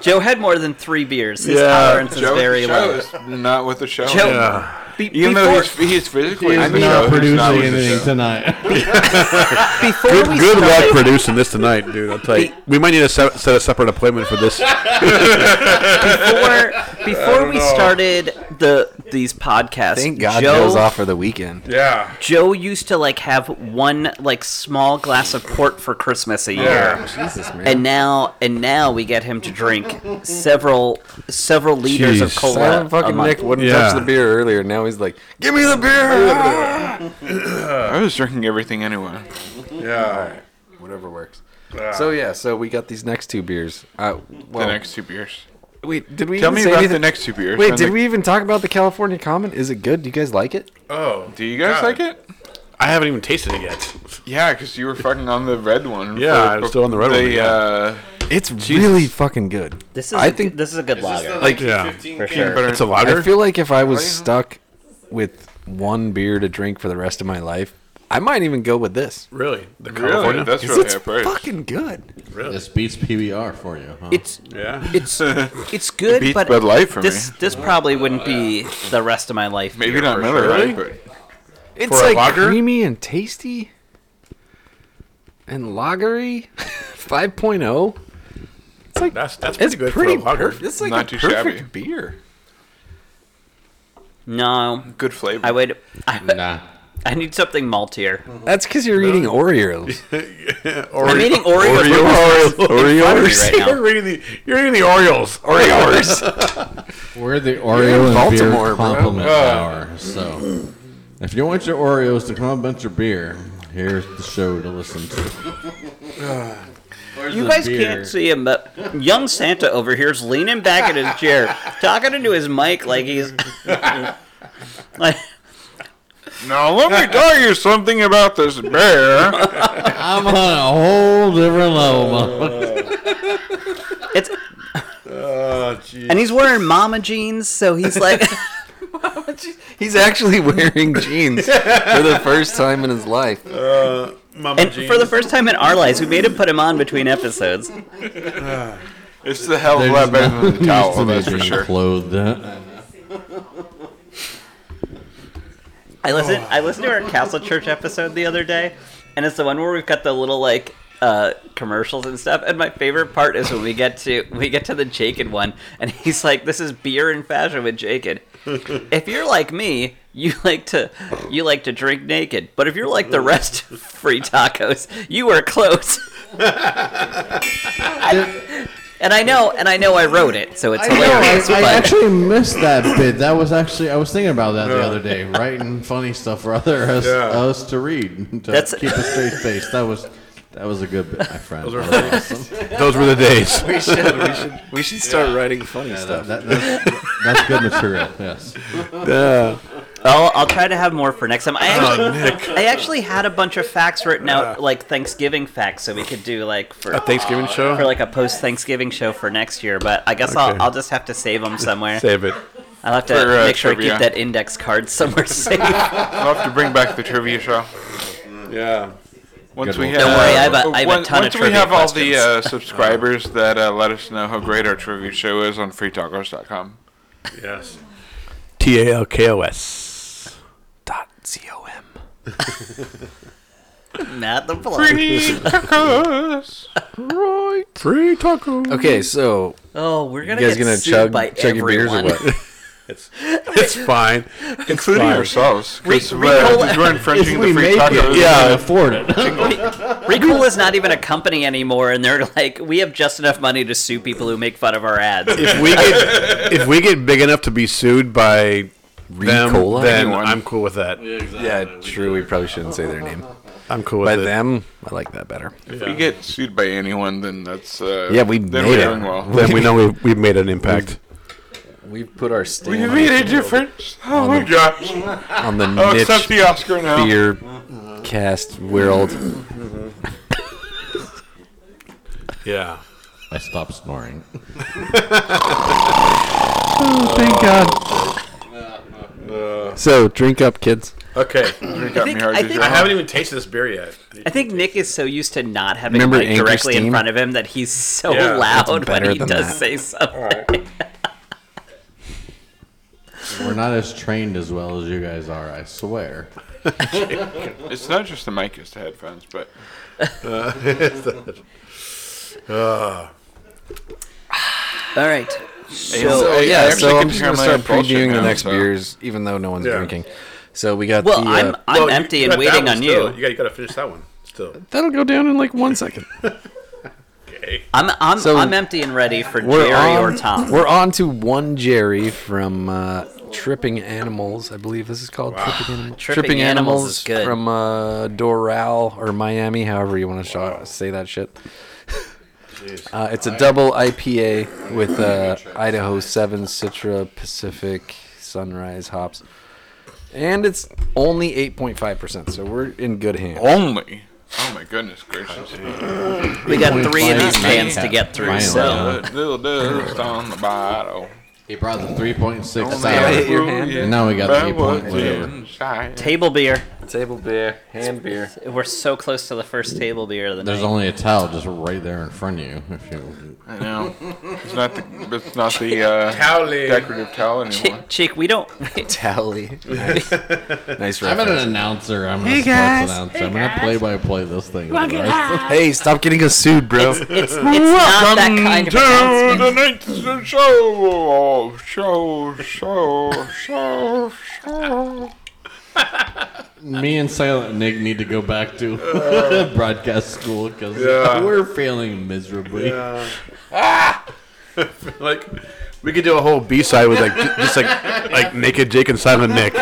Joe had more than three beers. His Yeah, tolerance is Joe, very Joe low. is not with the show. Joe, be- Even though before, he's, he's physically He's in the not show, he's producing not with the anything show. tonight. before we Good, good luck started, producing this tonight, dude. I'll tell you. We might need to set, set a separate appointment for this. before, before we started the these podcasts. Thank God Joe, Joe's off for the weekend. Yeah. Joe used to like have one like small glass of port for Christmas a year. Jesus, man. And now, and now we get him to drink several, several liters of Jeez. cola. Silent a fucking month. Nick wouldn't Yeah. touch the beer earlier. Now he's like, give me the beer. I was drinking everything anyway. yeah. Whatever works. So yeah, so we got these next two beers. Uh, well, The next two beers. wait, did we Tell even me say about anything? the next two beers. Wait, and did the- we even talk about the California Common? Is it good? Do you guys like it? Oh, Do you guys like it? I haven't even tasted it yet. Yeah, because you were fucking on the red one. Yeah, I was still on the red one, yeah. Uh, It's really fucking good. This is, I I think- think this is a good lager. Like, yeah, for sure. it's a lager. I feel like if I was stuck with one beer to drink for the rest of my life, I might even go with this. really, the really, California. that's 'Cause really it's approach. fucking good. this beats PBR for you. Huh? It's yeah. it's it's good, beats but Bud Light for this me. this probably wouldn't be the rest of my life. Maybe beer not for Miller, sure. right? But It's For a like lager? creamy and tasty and lagery 5.0. That's that's It's pretty, for a lager. perfect. It's like Not a too perfect shabby. beer. No, good flavor. I would. I, nah. I need something maltier. That's because you're eating Oreos. I'm eating Oreos. Oreos. Oreos. Right now. You're eating the you're eating the Orioles. Oreos. We're the Oreo and Baltimore, bro. beer compliment hour. So, if you want your Oreos to compliment your beer, here's the show to listen to. You guys beer. can't see him, but young Santa over here is leaning back in his chair, talking into his mic like he's like. now let me tell you something about this bear. I'm on a whole different level. It's. Oh, jeez. And he's wearing mama jeans, so he's like, He's actually wearing jeans for the first time in his life. Mama and for the first time in our lives, we made him put him on between episodes. It's the hell of a lot better than the towel, that's for sure. Clothed. I listened. I listened to our Castle Church episode the other day, and it's the one where we've got the little like uh, commercials and stuff. And my favorite part is when we get to we get to the Jacob one, and he's like, "This is beer and fashion with Jacob." if you're like me, you like to you like to drink naked, but if you're like the rest of free tacos, you are close. I- and I know, and I know, I wrote it, so it's hilarious. I, I but- actually missed that bit. That was actually I was thinking about that the other day, writing funny stuff for other us, us to read to That's- keep a straight face. That was that was a good bit, my friend. That was awesome. Those were the days. We should, we should, we should start writing funny That- stuff. that- that's, that's good material. Yes. I'll, I'll try to have more for next time. I Oh, actually, I actually had a bunch of facts written out, like Thanksgiving facts, so we could do like for A Thanksgiving show. for like a post Thanksgiving show for next year. But I guess Okay. I'll, I'll just have to save them somewhere. Save it. I'll have to For, uh, make sure I trivia. keep that index card somewhere safe. Don't I'll have to bring back the trivia show. Yeah. Once Good we one. have, Don't worry, I have a- I have a once- ton of once we trivia have all the uh, questions. subscribers that uh, let us know how great our trivia show is on freetalkers.com. Yes. T a l k o s. Dot com. Matt the plug. Free taco. Okay, so Oh, we're you gonna guys get gonna sued chug by chug your beers or everyone. what? It's fine. Including Fine. ourselves. Because we call we're, it- we're infringing the we free make tacos. it, yeah, afford it. Recall is not even a company anymore, and they're like, we have just enough money to sue people who make fun of our ads. If we get if we get big enough to be sued by them, Ricola? then Anyone. I'm cool with that. Yeah, true. We probably shouldn't say their name. I'm cool with By it. them, I like that better. If we get sued by anyone, then that's. Uh, Yeah, we then made we're it. doing well. Then we know we've, we've made an impact. We've put our stamp We made a difference. Oh my gosh. on the Oh, niche except the Oscar now. beer cast world. Yeah. I stopped snoring. Thank God. So drink up, kids. Okay. Drink up, think- Mihar, I did think- you? I haven't even tasted this beer yet. I think Nick is so used to not having Remember Mike Anchor directly in Steam? front of him that he's so Yeah, that's loud when better he than does that. say something. We're not as trained as well as you guys are, I swear. It's not just the mic, it's the headphones, but All right. So, I- I yeah, actually so can I'm just hear gonna my start own bullshit previewing the now, next so- beers, even though no one's Yeah. drinking. So we got Well, the. I'm uh, I'm Well, you- empty you and got that waiting one on still. you. You got, you got to finish that one still. that'll go down in like one second. Okay. I'm I'm So- I'm empty and ready for We're Jerry on, or Tom. We're on to one Jerry from uh, Tripping Animals. I believe this is called Tripping, Anim- Tripping Animals is good. from uh, Doral or Miami, however you want to say that shit. Uh, it's a double IPA with uh, Idaho 7 Citra Pacific Sunrise hops. And it's only 8.5%, so we're in good hands. only. Oh my goodness gracious. We got three of five these cans to handicap. get through. Finally. So A little dust on the bottle. He brought the Oh, 3.6 I hit out. your hand. And now we got the That eight point was whatever. inside. table beer. Table beer, hand beer. We're so close to the first table beer of the There's night. only a towel just right there in front of you. If you I know. It's not the, it's not the uh, Howley. decorative towel anymore. Chick, chick, we don't. Tally. Nice, nice I'm an reference. announcer. I'm a sports announcer. I'm gonna play by play this thing. for the rest of- Hey, stop getting us sued, bro. It's, it's not that kind of announcement. the ninth show, Oh, show, show, show, show. Me and Silent Nick need to go back to broadcast school because Yeah. we're failing miserably. Like, we could do a whole B side with like ju- just like like naked Jake and Silent Nick.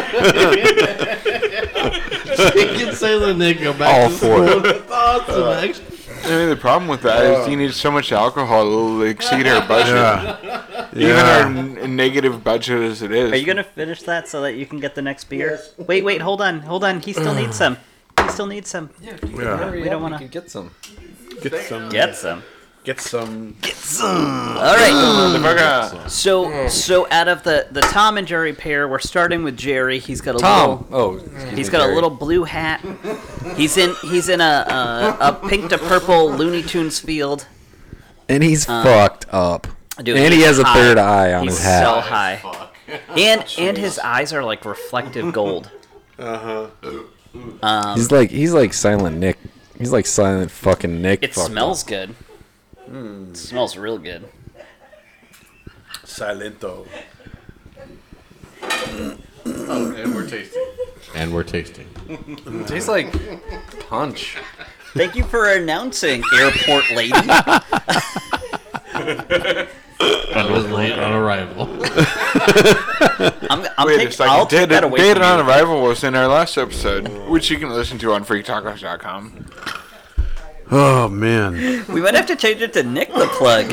Nick and Silent Nick go back All to for school. with Awesome. Uh, action. I mean, the problem with that is you need so much alcohol to exceed our budget. Yeah. Even our yeah. n- negative budget as it is. Are you gonna finish that so that you can get the next beer? Wait, wait, hold on, hold on. He still needs some. He still needs some. yeah. We don't want to You get some. Get some. get some. Get some. All right. Motherfucker. So, so out of the the Tom and Jerry pair, we're starting with Jerry. He's got a little. Tom. Oh, excuse He's me, got a Jerry. little blue hat. He's in he's in a a, a pink to purple Looney Tunes field. and he's fucked up. Uh, Dude, and he he's has a high. third eye on He's his hat. so high, and and his eyes are like reflective gold. he's like he's like Silent Nick. He's like Silent fucking Nick. It fucked smells up. good. It smells real good. Silento. And we're tasting. And we're tasting. Tastes like punch. Thank you for announcing, airport lady. That was late on arrival. I'm, I'm Wait a taking, second. I'll take Dead, that away Dead from on you. Arrival was in our last episode, which you can listen to on freaktacos.com. Oh man. We might have to change it to Nick the Plug.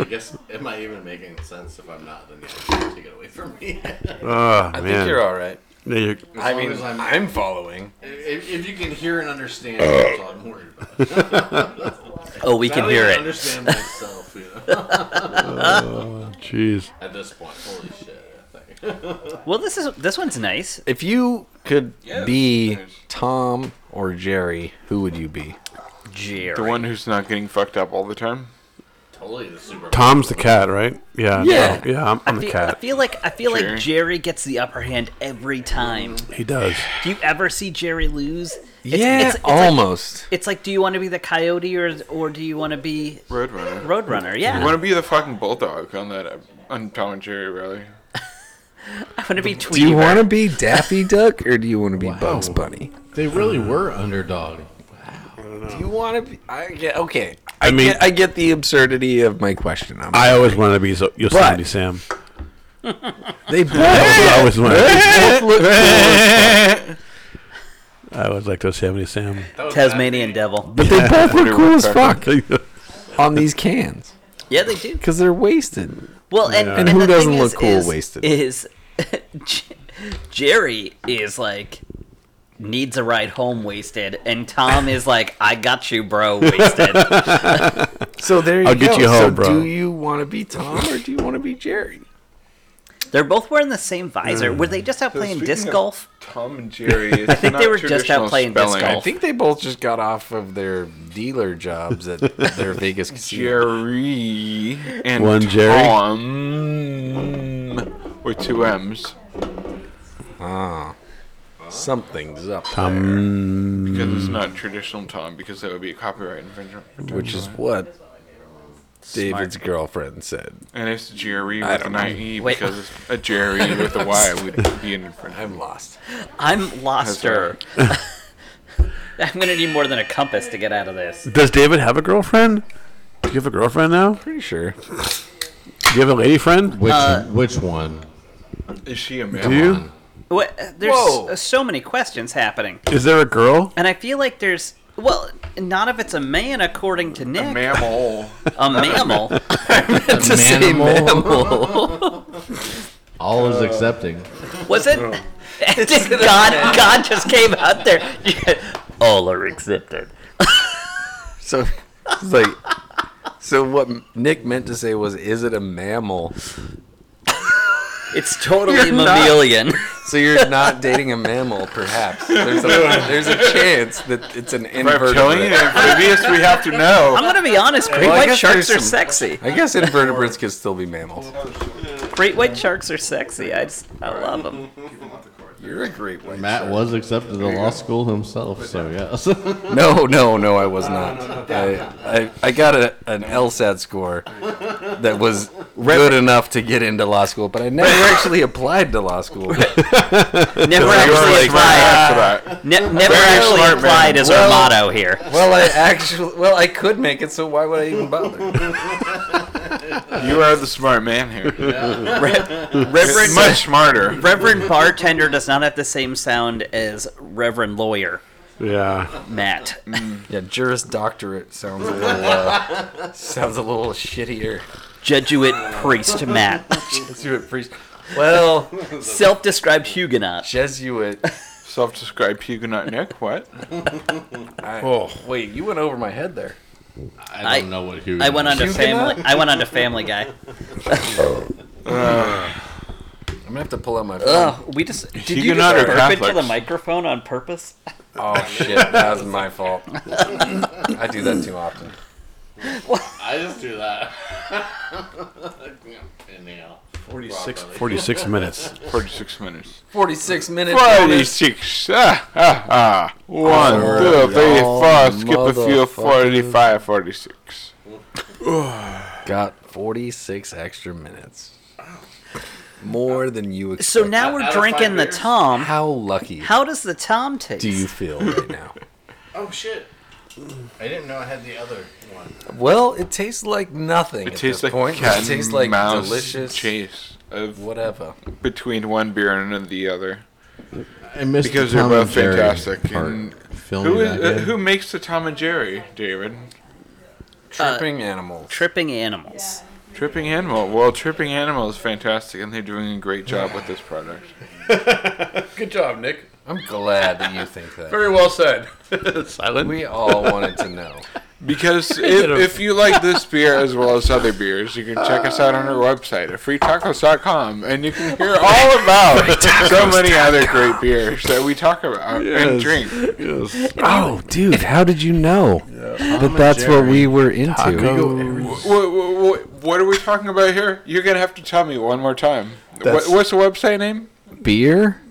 I guess it might even making sense if I'm not. Then yeah, take it away from me. Oh I man. think you're all right. Yeah, you're- I mean, as I'm, I'm- following. if, if you can hear and understand, Uh, that's all I'm worried about. You oh, we can hear it. Understand myself, you know. Jeez. At this point, holy shit. I think. Well, this is this one's nice. If you could be Tom or Jerry, who would you be? The Jerry. one who's not getting fucked up all the time. Totally the Super Tom's the cat, right? Yeah. Yeah. no, yeah. I'm, I'm I the feel, I cat. feel like I feel Jerry. like Jerry gets the upper hand every time. He does. Do you ever see Jerry lose? It's, yeah, um, it's, it's Like, almost. it's like, do you want to be the coyote or or do you want to be Roadrunner. Roadrunner? Yeah, I want to be the fucking bulldog on that uh, on Tom and Jerry, really. I want to be Tweety. do you want Bird. to be Daffy Duck or do you want to be Bugs Bunny? They really Mm-hmm. were underdog. Do you want to be? I get okay. I mean, I get the absurdity of my question. I'm, I always wanted to be Zo- Yosemite But- Sam. they both. I always wanted. To look be, I always liked Yosemite Sam. Tasmanian Devil? but they both look cool as fuck yeah. on these cans Yeah, they do. because they're wasted. Well, and, Yeah. and, And who the doesn't thing look is, cool is, wasted? Is J- Jerry is like needs a ride home wasted, and Tom is like, I got you, bro, wasted. So there you I'll go. get you so home, bro. do you want to be Tom or do you want to be Jerry? They're both wearing the same visor. Mm. Were they just out So playing speaking disc of golf? Tom and Jerry. It's I think they were just out playing disc I think they both just got off of their dealer jobs at their Vegas casino. Jerry and One Jerry? Tom with two M's. Something's up, Um, Because it's not traditional Tom, because that would be a copyright infringement. which is what David's girlfriend said. And it's Jerry I with don't an know. IE Wait. because it's a Jerry with a Y would be an infringement. I'm lost. I'm lost, sir. That's I'm going to need more than a compass to get out of this. Does David have a girlfriend? Do you have a girlfriend now? Do Pretty sure. you have a lady friend? Which Uh, which one? Is she a Do man? you? What, there's Whoa. s- so many questions happening. Is there a girl? And I feel like there's, well, not if it's a man, according to Nick. A, Mammal. mammal. It's a mammal. All uh, is accepting. Was Oh. it? God, God just came out there. All are accepted. So it's like, so what Nick meant to say was, is it a mammal? It's totally You're not- mammalian. So you're not dating a mammal, perhaps. There's a, there's a chance that it's an If I'm telling you, invertebrate. amphibious, we have to I'm know. gonna be honest. Great Oh. Well, I white guess sharks there's are some- sexy. I guess invertebrates could still be mammals. Great white sharks are sexy. I just, I love them. You're a great white Matt was accepted to law school himself, so yes. No, no, no, I was not. I, I, I got a, an LSAT score that was good enough to get into law school, but I never actually applied to law school. Never you were actually like, applied. After that. Ne- never actually smart man. applied is our Well- motto here. Well, I actually, well, I could make it, so why would I even bother? You are the smart man here. Reverend Much smarter. Reverend bartender does not have the same sound as Reverend lawyer Yeah. Matt. Yeah, Juris Doctorate sounds a little, uh, sounds a little shittier. Jesuit priest Matt. Jesuit priest. Well, Self-described Huguenot. Jesuit. Self-described Huguenot Nick. What? Oh. Wait, you went over my head there. I don't know what who. I went on to Huguenot? family. I went on to Family Guy. I'm gonna have to pull out my phone. Ugh, Uh, we just did you Huguenot just or burp into the Catholics? microphone on purpose? Oh shit, that was my fault. I do that too often. I just do that. 46. 46 minutes. Forty-six minutes. 46 minutes. Forty-six. Ah, ah, ah. One, two, three, four. Skip a few. Forty-five. Forty-six. Got 46 extra minutes. More than you expected. So now we're drinking the Tom. how lucky How does the Tom taste? do you feel right now? Oh shit! I didn't know I had the other one. Well, it tastes like nothing. It tastes like point. cat it and tastes like mouse delicious chase of whatever. between one beer and the other. I missed Because the they're Tom both and Jerry fantastic. Part. And Fill me Who is back uh, in. who makes the Tom and Jerry, David? Uh, Tripping animals. tripping animals? Tripping Animal. Well, Tripping Animal is fantastic, and they're doing a great job with this product. Good job, Nick. I'm glad that you think that. Very well said. Silent. We all wanted to know. Because if, if you like this beer as well as other beers, you can check us out on our website at freetacos.com, and you can hear all about so many other great beers that we talk about and drink. Oh, dude, how did you know that that's what we were into? What, what, what are we talking about here? You're gonna have to tell me one more time. What, That's- what's the website name? Beer?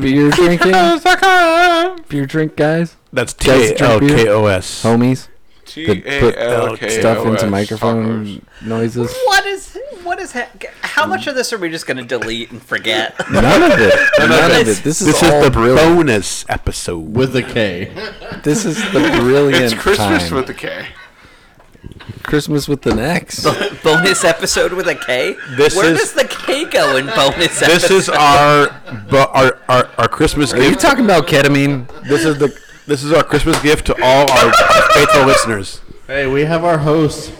Beer drinking? Tacos.com. Beer drink, guys? That's T A L K O S. Homies? T put uh, A L K O S. Stuff into microphone tacos. noises? What is what is ha- how much of this are we just going to delete and forget? None of it. None of it. it. This is This all is the brilliant. bonus episode. With a K. This is the brilliant It's Christmas time. with a K. Christmas with the next. bonus episode with a K. This Where is- does the K go in bonus? This is our, bu- our our our Christmas Are you gift. talking about ketamine? This is the this is our Christmas gift to all our faithful listeners. Hey, we have our host.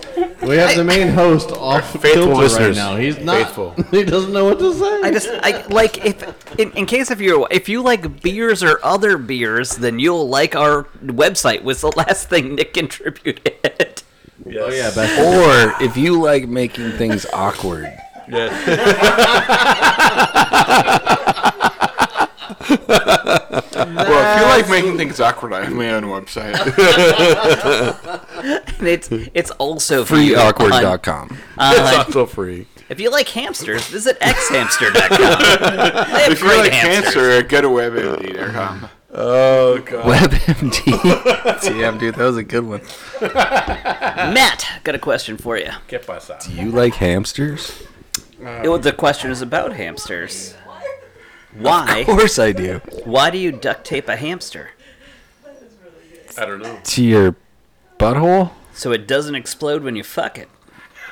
We have the main host off faithful filter listeners. right now. He's not. Faithful. He doesn't know what to say. I just I like if in, in case if you if you like beers or other beers, then you'll like our website. Was the last thing Nick contributed. oh yeah, Beth. Or if you like making things awkward, Yeah. Well, if you like making things awkward, I have my own website. And it's it's also free on- Freeawkward.com. it's also free. If you like hamsters, visit xhamster.com. They have if you great like hamsters. cancer, go to webmd.com. Oh god. WebMD. Damn, dude, that was a good one. Matt, got a question for you. Get pasado. You like hamsters? Well, the question is about hamsters. Why? Of course I do. Why do you duct tape a hamster I don't know. To your butthole? so it doesn't explode when you fuck it?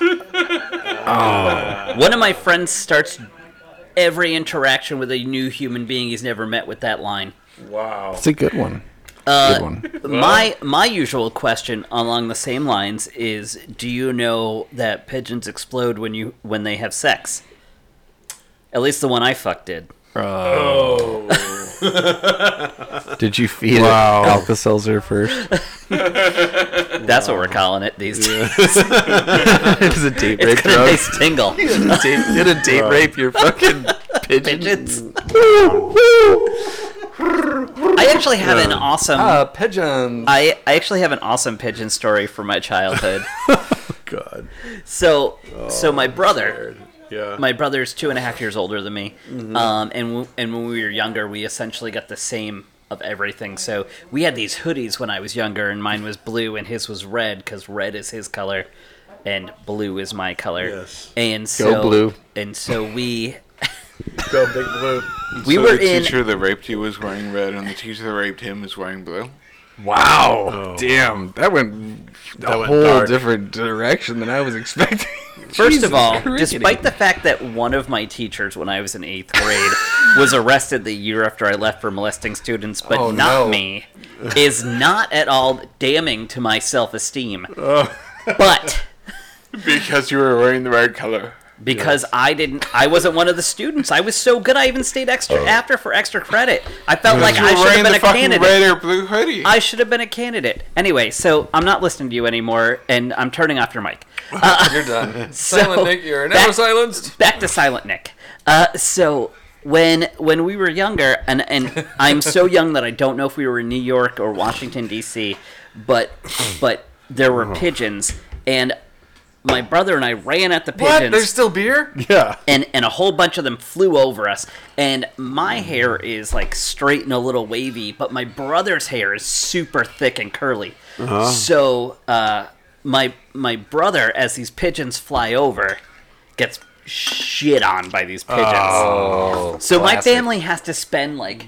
Oh. One of my friends starts every interaction with a new human being he's never met with that line. Wow. It's a good one. good one. my my usual question along the same lines is do you know that pigeons explode when you when they have sex at least the one i fucked did Did you feed Wow. it Alka Seltzer first? that's what we're calling it these days it was a date rape it's gonna drug. taste tingle Date, did a date rape your fucking pigeon? pigeons i actually have an awesome Uh, pigeon. I, I actually have an awesome pigeon story from my childhood God. so so my brother Yeah. my brother's two and a half years older than me, um, and w- and when we were younger, we essentially got the same of everything. So we had these hoodies when I was younger, and mine was blue and his was red because red is his color, and blue is my color. Yes. And so blue. And so we Go big blue. we so were the in teacher that raped you was wearing red, and the teacher that raped him is wearing blue. Wow. Damn. That went a went whole dark. different direction than I was expecting. First of all, despite the fact that one of my teachers when I was in eighth grade was arrested the year after I left for molesting students, but Oh, not no. me, is not at all damning to my self esteem. Oh. But Because you were wearing the red color. because I didn't, I wasn't one of the students. I was so good, I even stayed extra after for extra credit. I felt like Oh. You were I should have wearing been the a fucking candidate. red or blue hoodie. I should have been a candidate. Anyway, so I'm not listening to you anymore, and I'm turning off your mic. You're done. So, back- silenced. back to Silent Nick. Uh, so when when we were younger, and and I'm so young that I don't know if we were in New York or Washington D.C., but but there Uh-huh. were pigeons, and my brother and I ran at the pigeons What? There's still beer? and and a whole bunch of them flew over us and my hair is like straight and a little wavy but my brother's hair is super thick and curly so uh my my brother as these pigeons fly over gets shit on by these pigeons so my classic. family has to spend like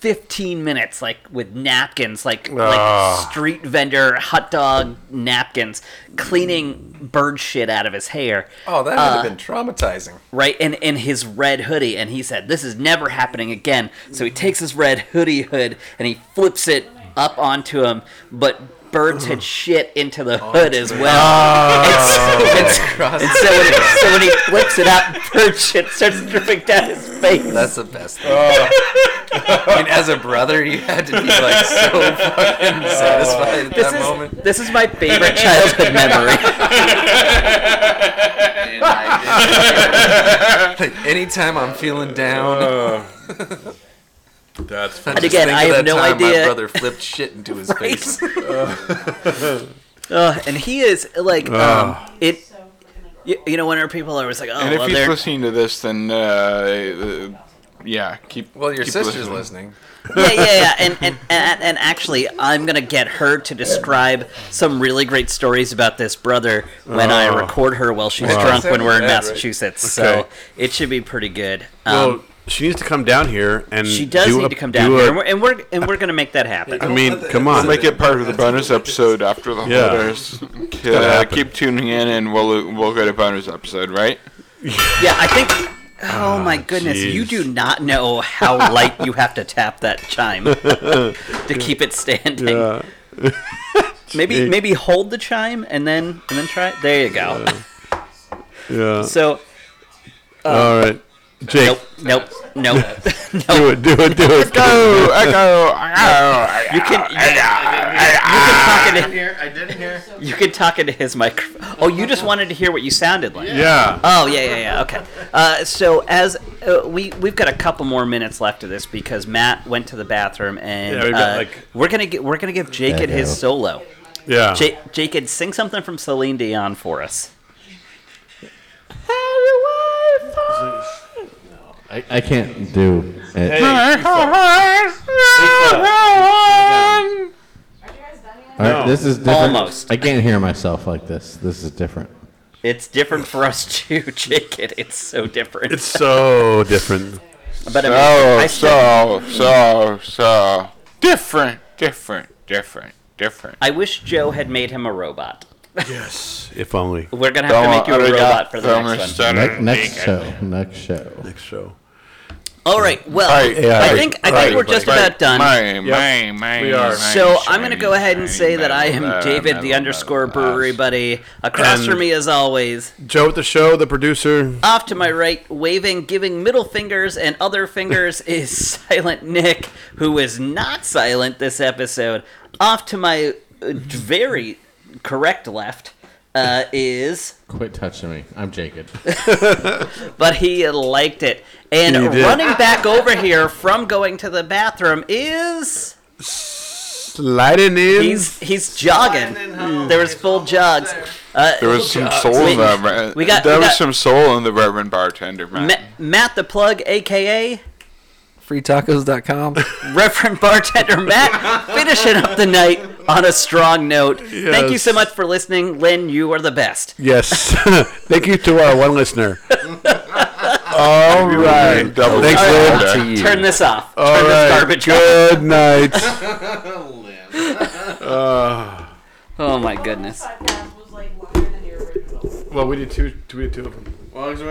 15 minutes like with napkins like Ah. like street vendor hot dog napkins cleaning bird shit out of his hair Oh, that would have been traumatizing. right and in his red hoodie and he said this is never happening again so he takes his red hoodie hood and he flips it up onto him but birds had shit into the hood as well and, so, and so when he, so when he flips it up bird shit starts dripping down his face That's the best thing. I mean, as a brother, you had to be like so fucking satisfied at this that is, moment. this is my favorite childhood memory Like, anytime I'm feeling down, That's I funny. just again, think I have of that no time idea- My brother flipped shit into his face. Ugh, and he is like um, it you, you know when our people are always like oh and if well, he's they're listening to this, then uh, uh, yeah, keep. Well, your keep sister's listening. yeah, yeah, yeah. And, and, and, and actually, I'm going to get her to describe some really great stories about this brother when I record her while she's drunk when we're in Massachusetts. So Oh. Okay. it should be pretty good. Um, Well, she needs to come down here and she does do need a- to come down do here, a- and we're and we're, and we're going to make that happen. I mean, come on. Make it part of the bonus episode after the Yeah. holders. gotta Uh, happen. keep tuning in, and we'll we'll get a bonus episode, right? Yeah, I think. Oh my goodness! You Ah, jeez. do not know how light you have to tap that chime to keep it standing. Yeah. Maybe maybe hold the chime and then and then try it. There you go. Yeah. So All right. Jake, Nope. Nope. do it, do it, do it. Go, echo. You can. You, you can talk into. I didn't hear. You can talk into his microphone. Oh, you just wanted to hear what you sounded like. Yeah. Oh yeah, yeah, yeah. Okay. Uh, so as uh, we we've got a couple more minutes left of this because Matt went to the bathroom and Yeah, we've got, uh, like- we're gonna get, we're gonna give Jake Back his out. solo. Yeah. Jake, Jake, sing something from Celine Dion for us. I, I can't do it. All right, this is different. Almost. I can't hear myself like this. This is different. It's different for us too, Jake. It, it's so different. It's so different. but I mean, I So, still- Oh, so, so, so. Different, different, different, different. I wish Joe had made him a robot. If only. We're gonna have to make you a robot for the next one. Ne- next show. Next show. Next show. All right. Well, Right, I right, think I think right, we're just right. about done. My, Yep. my, my, We are. my So I'm going to shiny, go ahead and shiny say that I am metal, David, the metal, underscore metal. brewery buddy. Across from me, as always, Joe at the show, the producer. off to my right, waving, giving middle fingers and other fingers, is Silent Nick, who is not silent this episode. Off to my uh, very correct left uh, is, Quit touching me. I'm Jacob. but he liked it. And did. running back over here from going to the bathroom is. Sliding in. He's he's jogging. There was full jogs. Uh, There was some soul we- in that. man. we got- there we was got- some soul in the bourbon bartender, man. Ma- Matt the Plug, aka Freetacos.com. Reverend Bartender Matt, finishing up the night on a strong note. Thank you Yes. so much for listening, Lynn. You are the best. Yes. Thank you to our one listener. All right. Double Thanks, double Lynn. double. Turn this off. All Turn right. this garbage off. Good night. Uh, Oh my goodness. podcast was like longer than your original. well, we did two. We did two of them. Logs